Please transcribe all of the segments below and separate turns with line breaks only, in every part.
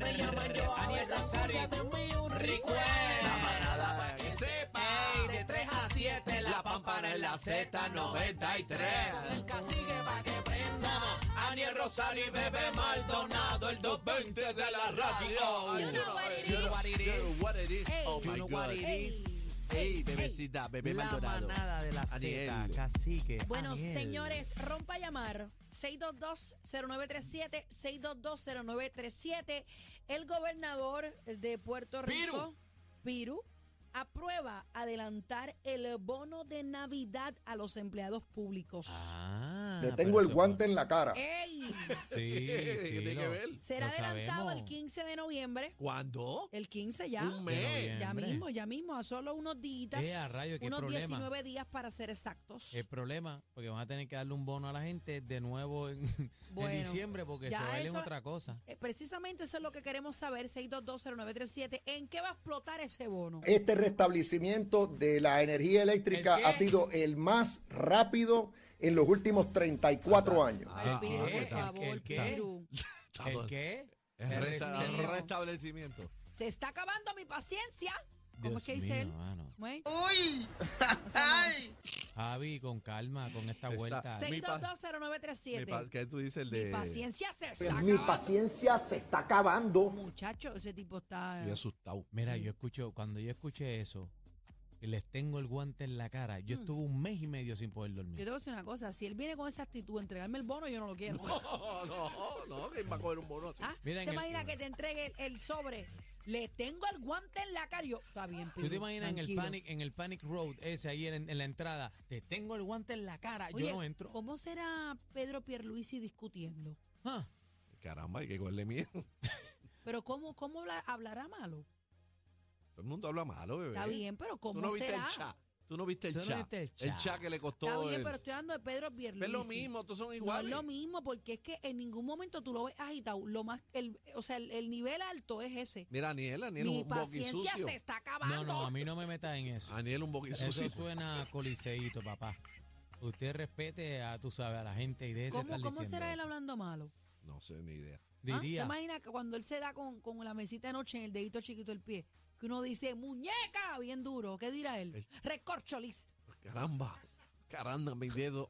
Me llaman yo Aniel Rosario y un recuerdo. Nada pa' que sepas, de 3 a 7, la pampara en la Z93. Sigue pa' que prendamos. Aniel Rosario y Bebe Maldonado, el 220 de la radio. You know what it is. You know what it is. Oh my God. Ey, bebecita, bebé
La
Maldonado.
manada de la Z,
Aniel.
cacique.
Ah,
Bueno,
Aniel.
señores, rompa a llamar 622-0937, 622-0937. El gobernador de Puerto Rico, Piru, aprueba adelantar el bono de Navidad a los empleados públicos.
Ah,
Le
pero
tengo el
eso-
guante en la cara.
Eh.
¡Ey!
Sí, sí.
¿Qué tiene
lo-
que ver?
Será
lo
adelantado
sabemos.
el 15 de noviembre.
¿Cuándo?
El 15 ya.
Un
De
mes.
Ya
noviembre.
mismo, ya mismo, a solo unos días.
Eh, a rayos, qué
unos
problema. Eh.
19 días para ser exactos.
El problema, porque van a tener que darle un bono a la gente de nuevo en, en
Bueno,
diciembre porque se
ya
va a ir en
eso-
otra cosa.
Eh, Precisamente eso es lo que queremos saber, 6220937. ¿En qué va a explotar ese bono?
Este restablecimiento de la energía eléctrica
¿El qué?
ha sido el más rápido en los últimos 34 años.
Ay,
ah,
Piru,
ah,
por
¿el
favor,
qué? ¿el qué?
Piru.
¿El qué?
El
resta-
Dios mío.
restablecimiento.
Se está acabando mi paciencia. ¿Cómo es que
Dios
dice
mío,
él?
mano.
Bueno,
Uy,
o sea, no.
Javi, con calma, con esta
Está-
vuelta.
Sí. Mi pa- Mi pa-
6220937.
¿Qué tú dices el
Mi,
de...?
paciencia se está
Mi
acabando.
paciencia se está acabando.
Muchacho, ese tipo está...
Estoy asustado.
Mira, yo escucho, cuando yo escuché eso, y les tengo el guante en la cara. Yo
Mm.
estuve un mes y medio sin poder
Yo
dormir.
te voy a decir una cosa, si él viene con esa actitud, a entregarme el bono, yo no lo quiero.
No, no, no, que va a coger un bono así.
¿Ah?
Mira, en
¿Te
el-
imaginas que te entregue el, el sobre? Le tengo el guante en la cara. Yo, está bien, Piru,
¿Tú te imaginas en el,
tranquilo.
panic, en el Panic Road ese ahí en, en la entrada? Te tengo el guante en la cara,
Oye,
yo no entro.
¿Cómo será Pedro Pierluisi discutiendo?
Ah.
Caramba, hay que cogerle miedo.
Pero ¿cómo, cómo habla- hablará malo?
Todo el mundo habla malo, bebé.
¿Eh?
Está bien, pero
Tú
¿cómo
no viste
será?
el chat. Tú no viste el
Tú no
chat.
viste el
El
chat.
chat que le costó.
Está bien,
el-
pero estoy hablando de Pedro Pierluisi.
Es lo mismo, todos son
No es
iguales.
lo mismo, porque es que en ningún momento tú lo ves agitado. Lo más, el, o sea, el, el nivel alto es ese.
Mira, Aniel, Aniel es
Mi
un
paciencia
boquisucio.
se está
No,
acabando.
no, a mí no me metas en eso.
Aniel un
Eso
boquisucio.
suena a coliseíto, papá. Usted respete a, tú sabes, a la gente y de ese
¿Cómo,
estar
cómo
diciendo
será él
eso.
hablando malo?
No sé, ni idea.
¿Ah? ¿Te
Diría,
imaginas que cuando él se da con, con la mesita de noche en el dedito chiquito del pie? Que uno dice, muñeca, bien duro. ¿Qué dirá él?
El-
Recorcholis.
Caramba. Caramba, mi dedo.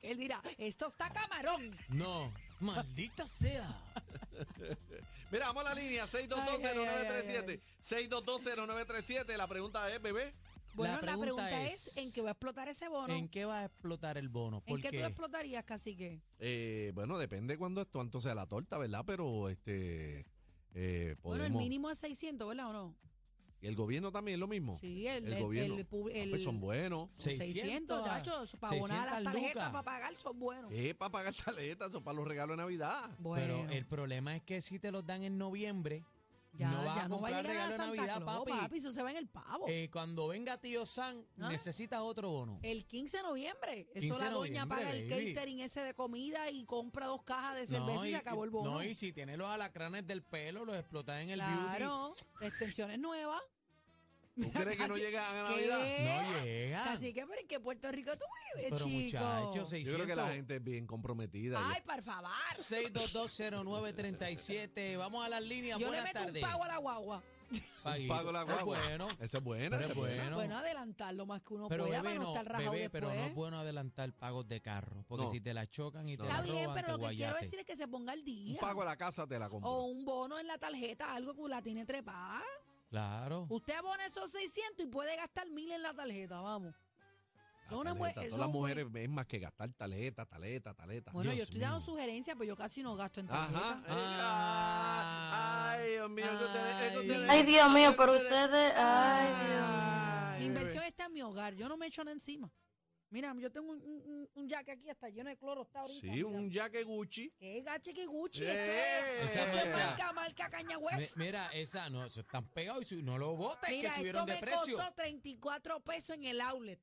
Él dirá, esto está camarón.
no, maldita sea.
Mira, vamos a la línea.
Ay, ay, ay,
6220937. 6220937. La pregunta es, bebé.
Bueno, la
pregunta
pregunta,
es,
es, ¿en qué va a explotar ese bono?
¿En qué va a explotar el bono?
¿En
Porque
qué tú lo explotarías, cacique?
Eh, bueno, depende cuándo es cuánto sea la torta, ¿verdad? Pero este. Eh,
Bueno, el
podemos-
mínimo es 600, ¿verdad o no?
¿Y el gobierno también es lo mismo?
Sí, el,
el
el-
gobierno.
el pub-
Ah,
el-
pues son buenos.
son 600,
600,
muchachos, para abonar las
600
tarjetas,
lucas.
para pagar, son buenos.
Eh, para pagar tarjetas, son para los regalos de Navidad.
Bueno,
Pero el problema es que si te los dan en noviembre,
ya,
no vas
ya
a
no va a llegar a
comprar regalo de
Santa
Navidad,
Claus,
papi.
papi. eso se va en el pavo.
Eh, cuando venga tío San,
Oh. ¿Ah? Eh,
necesitas otro bono.
el 15 de noviembre,
15
eso
de
la doña
noviembre,
paga el
baby.
catering ese de comida y compra dos cajas de cerveza y, se acabó el bono.
No, y si tienes los alacranes del pelo, los explotas en el beauty.
claro, extensiones nuevas.
¿Tú crees que no
Casi-
llegan a
¿Qué?
Navidad?
No llega.
Así que, pero ¿en qué Puerto Rico tú vives,
Pero
chico?
muchachos, 600.
Yo creo que la gente es bien comprometida.
Ay, por favor.
6220937. Vamos a las líneas.
Yo le
Buenas
meto
tardes.
un pago a la guagua.
Paguito.
Pago la
Es
guagua.
bueno.
Esa es buena,
Pero
esa
es
es buena.
bueno.
Bueno, adelantar lo más que uno
Pero,
pueda
bebé,
para no
no,
estar rajado
bebé, pero no es
después.
bueno adelantar pagos de carro. Porque
No.
si te la chocan y te la
Está bien,
roban,
pero
te
lo que quiero
guayaste.
decir es que se ponga al
Un
día.
pago a la casa te la compro.
O un bono en la tarjeta, algo que la tiene trepada.
Claro.
Usted abona esos 600 y puede gastar mil en la tarjeta, vamos. No, una mujer-
tarjeta.
eso
Todas las
es un-
mujeres es más que gastar taleta, taleta, taleta.
Bueno, yo
Dios
estoy dando
mío.
sugerencias, pero yo casi no gasto en
Ajá.
tarjeta.
Ah, Ay, Dios mío, es que ustedes- es que
Ay.
ustedes-
Ay, Dios mío,
es que
pero
ustedes-
ustedes. Ay, Dios.
Ay,
Mi inversión
bebé.
está en mi hogar, yo no me echo nada encima. Mira, yo tengo un, un, un- un jack aquí, está lleno de cloro, está ahorita.
Sí, un jaque Gucci.
Que gache que Gucci,
Eh.
esto es-
Esa
esto es
marca.
marca, marca Caña West.
Mi- mira, esa, no, eso están pegados y su- no lo botes,
Mira,
que
esto
subieron de
me
precio.
costó 34 pesos en el outlet.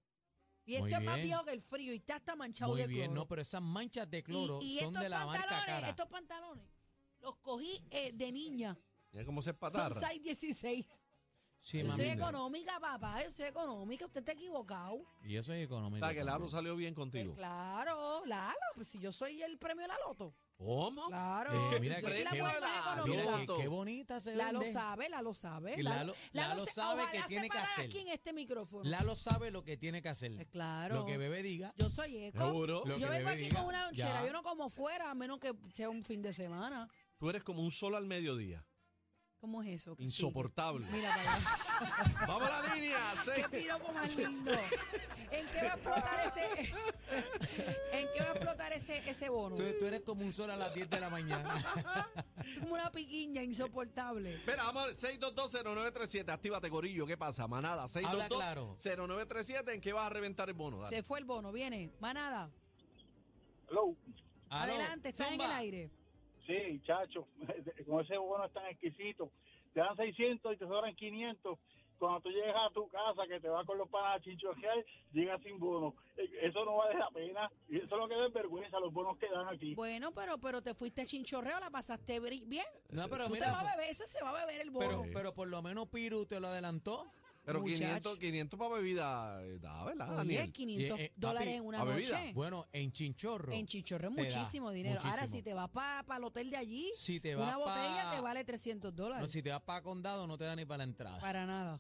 Y esto
Muy
es más
bien.
viejo que el frío y está hasta manchado
Muy
de
bien,
cloro.
no, pero esas manchas de
Y-
cloro
y,
son
estos
de la
pantalones,
marca cara.
estos pantalones, los cogí eh, de niña.
Mira cómo se
Son
espatarra.
616.
Sí,
Yo
más
soy
mami.
linda.
económica, papá, yo soy económica, usted está equivocado.
Y yo soy económico.
Para que el aro
también.
salió bien
Pues
contigo.
claro, Lalo, pues si yo soy el premio de la loto.
¿Cómo?
Claro.
Eh, mira
yo
que-
soy la
que-
mujer más
Lalo.
Mira,
económica.
qué, qué bonita se ve.
Lalo sabe, Lalo sabe.
Y Lalo- Lalo
se-
sabe
ojalá
que
se
tiene que
parara
hacer.
aquí en este micrófono.
Lalo sabe lo que tiene que hacer.
Pues claro.
Lo que bebé diga.
Yo soy eco.
Seguro.
Lo
Yo
que
vengo
bebé
aquí
diga.
con una lonchera.
Ya.
Yo no como fuera, a menos que sea un fin de semana.
Tú eres como un sol al mediodía.
¿Cómo es eso? Castillo?
Insoportable.
Mira, para allá.
Vamos a la línea.
qué
seis-
piropo más lindo. ¿En qué va a explotar ese? ¿En qué va a explotar ese, ese bono?
Tú, tú eres como un sol a las 10 de la mañana.
Es como una piquiña insoportable.
Espera, vamos, 6220937, actívate Corillo, ¿qué pasa? Manada,
Habla claro.
6220937, ¿en qué vas a reventar el bono? Dale.
Se fue el bono, viene. Manada.
Hello.
Aló,
Adelante, estás en el
Ah, zumba.
aire.
Sí, chacho, con ese bono es tan exquisito. Te dan 600 y te sobran 500. Cuando tú llegas a tu casa, que te vas con los panas a chinchojear, llegas sin bono. Eh, Eso no vale la pena. Y Eso es lo que da es vergüenza, los bonos que dan aquí.
Bueno, pero, pero te fuiste chinchorreo, la pasaste bri- bien.
No, pero
Usted va a
mira. pues,
beber, eso se va a beber el bono.
Pero, eh, pero por lo menos Piru te lo adelantó.
Pero
muchacho.
500, 500 para bebida, eh, da, ¿verdad,
Oye,
Daniel?
500
Y, eh,
dólares
papi,
en una
¿a
noche.
bebida?
Bueno, en chinchorro.
En Chichorro es
te da
muchísimo dinero. Ahora,
muchísimo.
si te vas para el hotel de allí,
Si te
una
vas
botella
pa-
te vale 300 dólares.
No, si te vas para condado, no te da ni para la entrada.
Para nada.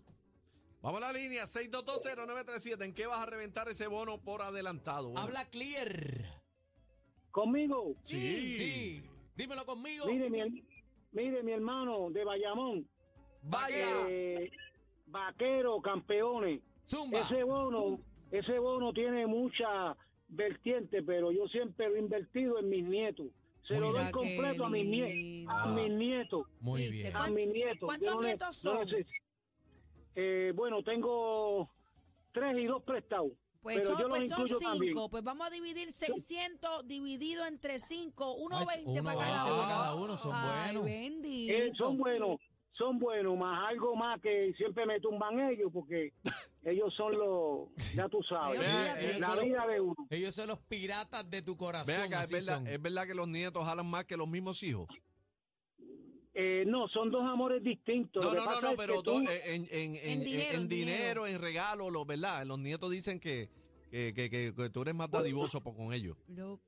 Vamos a la línea, 6220937, ¿en qué vas a reventar ese bono por adelantado? Bueno,
Habla clear.
Conmigo,
Sí.
Sí. Dímelo conmigo.
mire mi, mire, mi hermano de Bayamón,
Vaya.
eh, vaquero, campeones.
Zumba.
Ese bono, ese bono tiene mucha vertiente, pero yo siempre lo he invertido en mis nietos. Se lo
Mira
doy
ah, qué
completo a mis nietos.
lindo.
A mis nietos.
Muy
¿Viste?
bien.
A mis nietos. Yo
¿Cuántos
no le-
nietos
no
son?
les- eh, bueno, tengo tres y dos prestados.
Pues
pero
son,
yo los
pues son
incluyo también.
cinco. Pues vamos a dividir 600 dividido entre 5,
Ay,
1.20
uno
para
veinte para
cada
cada
uno.
uno, son
Ay,
buenos.
bendito.
Eh, son buenos, son buenos, más algo más que siempre me tumban ellos, porque ellos son los, ya tú sabes,
Ellos-
la-
ellos
la
son los-
vida de uno.
Ellos son los piratas de tu corazón.
Ve acá, es
así son.
verdad, es verdad que los nietos jalan más que los mismos hijos.
Eh, no, son dos amores distintos.
No,
Lo que
no, no,
pasa
no,
es
pero eh,
que
todo-
tú-
en, en, en, en-
dinero,
en
en dinero.
dinero, en regalo, los, ¿verdad? Los nietos dicen que, que, que, que- que tú eres más dadivoso por- con ellos.
Lo-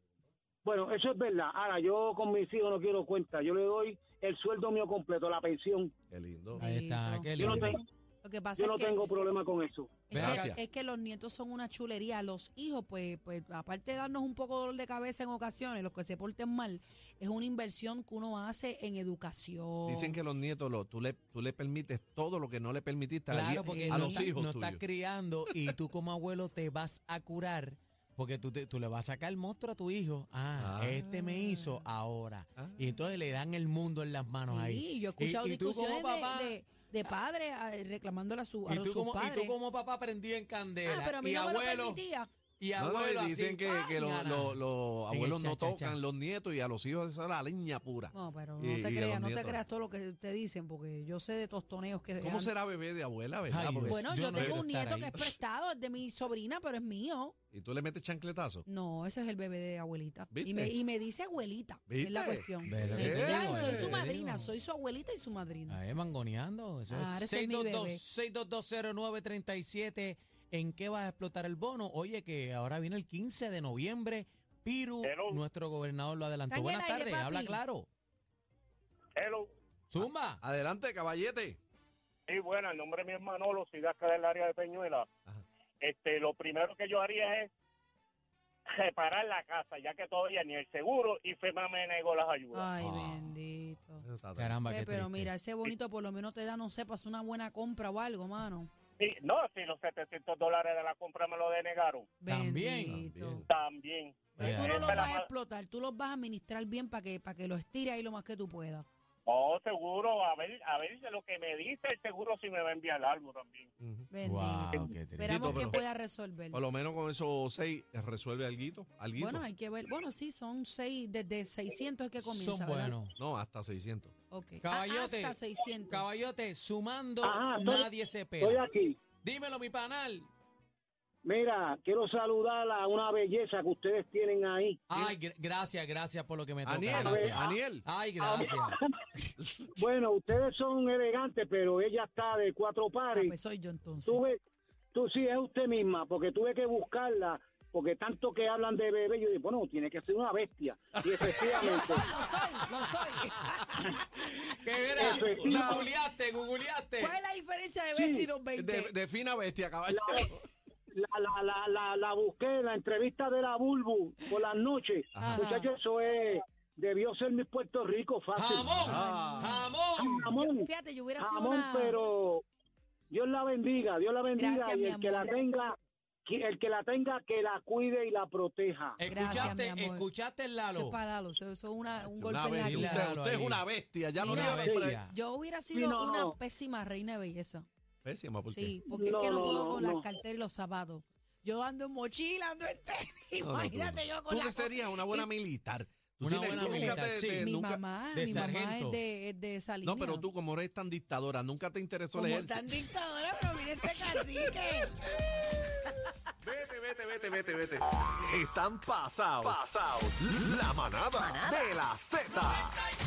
Bueno, eso es verdad. Ahora, yo con mis hijos no quiero cuenta. Yo le doy el sueldo mío completo, la pensión.
Qué lindo.
Ahí está,
Bendito.
qué
Yo no
lindo.
tengo,
Lo que pasa
yo no
es que
tengo problema con eso.
Es que,
Gracias.
es que los nietos son una chulería. Los hijos, pues, pues, aparte de darnos un poco dolor de cabeza en ocasiones, los que se porten mal, es una inversión que uno hace en educación.
Dicen que los nietos, lo- tú, le, tú le permites todo lo que no le permitiste a die-
Claro, porque no
a, los
está-
hijos
no
tuyos.
estás criando y tú como abuelo te vas a curar porque tú, te- tú le vas a sacar el monstruo a tu hijo. Ah,
Ah.
este me hizo ahora.
Ah.
Y entonces le dan el mundo en las manos ahí.
Sí, yo he escuchado
Y- y tú como
discusiones de-
papá-
de, de padres ah, reclamándole a, su, a
y, tú
sus
como, y
padres.
tú como papá prendí en candela.
ah, pero a mí
y
no me lo
abuelo,
permitía.
y
No, no,
abuelo así,
dicen que,
¡ay,
que los-
nana!
los- los
En el
abuelos
cha,
no
cha,
tocan
cha.
los nietos y a los hijos esa es la leña pura.
No, pero no
Y-
te
y a
creas,
los
no te
nietos.
creas todo lo que te dicen, porque yo sé de tostoneos que...
¿Cómo
han-
será bebé de abuela, verdad?
Ay,
Porque-
Dios.
Bueno,
Pues, Yo
yo,
no
tengo
quiero
un
estar
nieto que
ahí.
es prestado, es de mi sobrina, pero es mío.
Y tú le metes chancletazo.
No, ese es el bebé de abuelita.
¿Viste?
Y me, y me dice abuelita. Es la
¿Viste?
cuestión.
Ve lo
Me
que
dice,
te
"Ay,
digo,
soy
eh,
su
te
madrina,
digo".
soy su abuelita y su madrina.
Ahí mangoneando. Eso
Ah,
es
ese es mi
622 6220937. ¿En qué vas a explotar el bono? Oye, que ahora viene el 15 de noviembre. Piru,
Hello.
nuestro gobernador lo adelantó.
Está en el
Buenas
aire,
tardes, habla
papi.
claro.
Hello.
Zumba.
Ah,
Adelante, caballete.
Sí, bueno, el nombre mío es Manolo, soy de acá del área de Peñuela.
Ajá.
Este, lo primero que yo haría es reparar la casa, ya que todavía ni el seguro y FEMA me negó las ayudas.
Ay,
Ah.
bendito.
Eso está
Caramba,
ah.
Eh,
qué
pero
triste.
mira, ese bonito por lo menos te da, no sé, para hacer una buena compra o algo, mano.
Sí, no, si los 700 dólares de la compra me lo denegaron.
También. Eh,
Bendito.
También.
Bien.
eh,
Tú no los
Esa es la
vas a
más-
explotar, tú los vas a administrar bien para que, para que los estires ahí lo más que tú puedas.
Oh, seguro, a ver, a ver lo que me dice el seguro si me va a enviar algo también.
Bendito.
Guau, qué triste.
Esperamos que
Bendito, pero-
pueda resolver.
Por lo menos con esos seis eh, resuelve alguito. alguito.
Bueno, hay que ver. Bueno, sí, son seis, desde 600 es que este comienza.
Son
¿verdad?
buenos.
no, hasta 600.
Ok. Ah,
Caballote.
Hasta 600.
Caballote, sumando,
Ajá, Ah, estoy-
nadie se
Estoy
pega.
aquí.
Dímelo, mi panal.
Mira, quiero saludar a una belleza que ustedes tienen ahí.
Ay, gr- gracias, gracias por lo que me toca.
Aniel,
gracias.
Aniel.
Ay, gracias.
Ah, Bueno, ustedes son elegantes, pero ella está de cuatro
Ah,
pares.
pues soy yo entonces.
Tuve, tú sí, es usted misma, porque tuve que buscarla, porque tanto que hablan de bebé, yo digo, bueno, tiene que ser una bestia. Y
Lo
efectivamente,
soy, lo soy, lo soy.
Que era,
Eso es.
la googleaste, googleaste.
¿Cuál es la diferencia de 20 y 220?
De, de fina bestia, caballo.
la, la, la, la, la busqué en la entrevista de la Bulbu por las noches.
Ah.
Ajá.
Muchachos, eso es, debió ser mi Puerto Rico fácil.
Ah,
Jamón, jamón.
Jamón,
Fíjate, yo hubiera sido
jamón,
una...
pero Dios la bendiga, Dios la bendiga
Gracias,
y
mi
el que la
amor.
tenga, que- el que la tenga, que la cuide y la proteja.
Gracias, mi
Escuchaste,
amor.
escuchaste,
Eso es
Lalo.
para Lalo, eso eso es una- un golpe en
Una
la
bestia.
cara.
Usted,
Claro,
usted es
ahí.
una bestia, ya
Mira,
no
Una
le voy
bella.
Yo hubiera sido
no,
una
no.
pésima reina de belleza.
Pésima, ¿por qué?
Sí, porque
No,
es que no
no,
puedo
no,
con
no.
las carteras y los zapatos. Yo ando en mochila, ando en tenis.
No, no, tú
Imagínate
no.
yo con
Tú
la
que serías una buena militar. Tú
Una
tienes-
buena
tú nunca
militar, sí.
Mi
nunca-
mamá,
de
mi mamá es
sargento.
de, es de esa línea.
No, pero tú como eres tan dictadora, nunca te interesó el
como
ejército.
tan dictadora, pero mira este cacique.
Vete, vete, vete, vete, vete. Están pasados. Pasados. La manada, de la Z.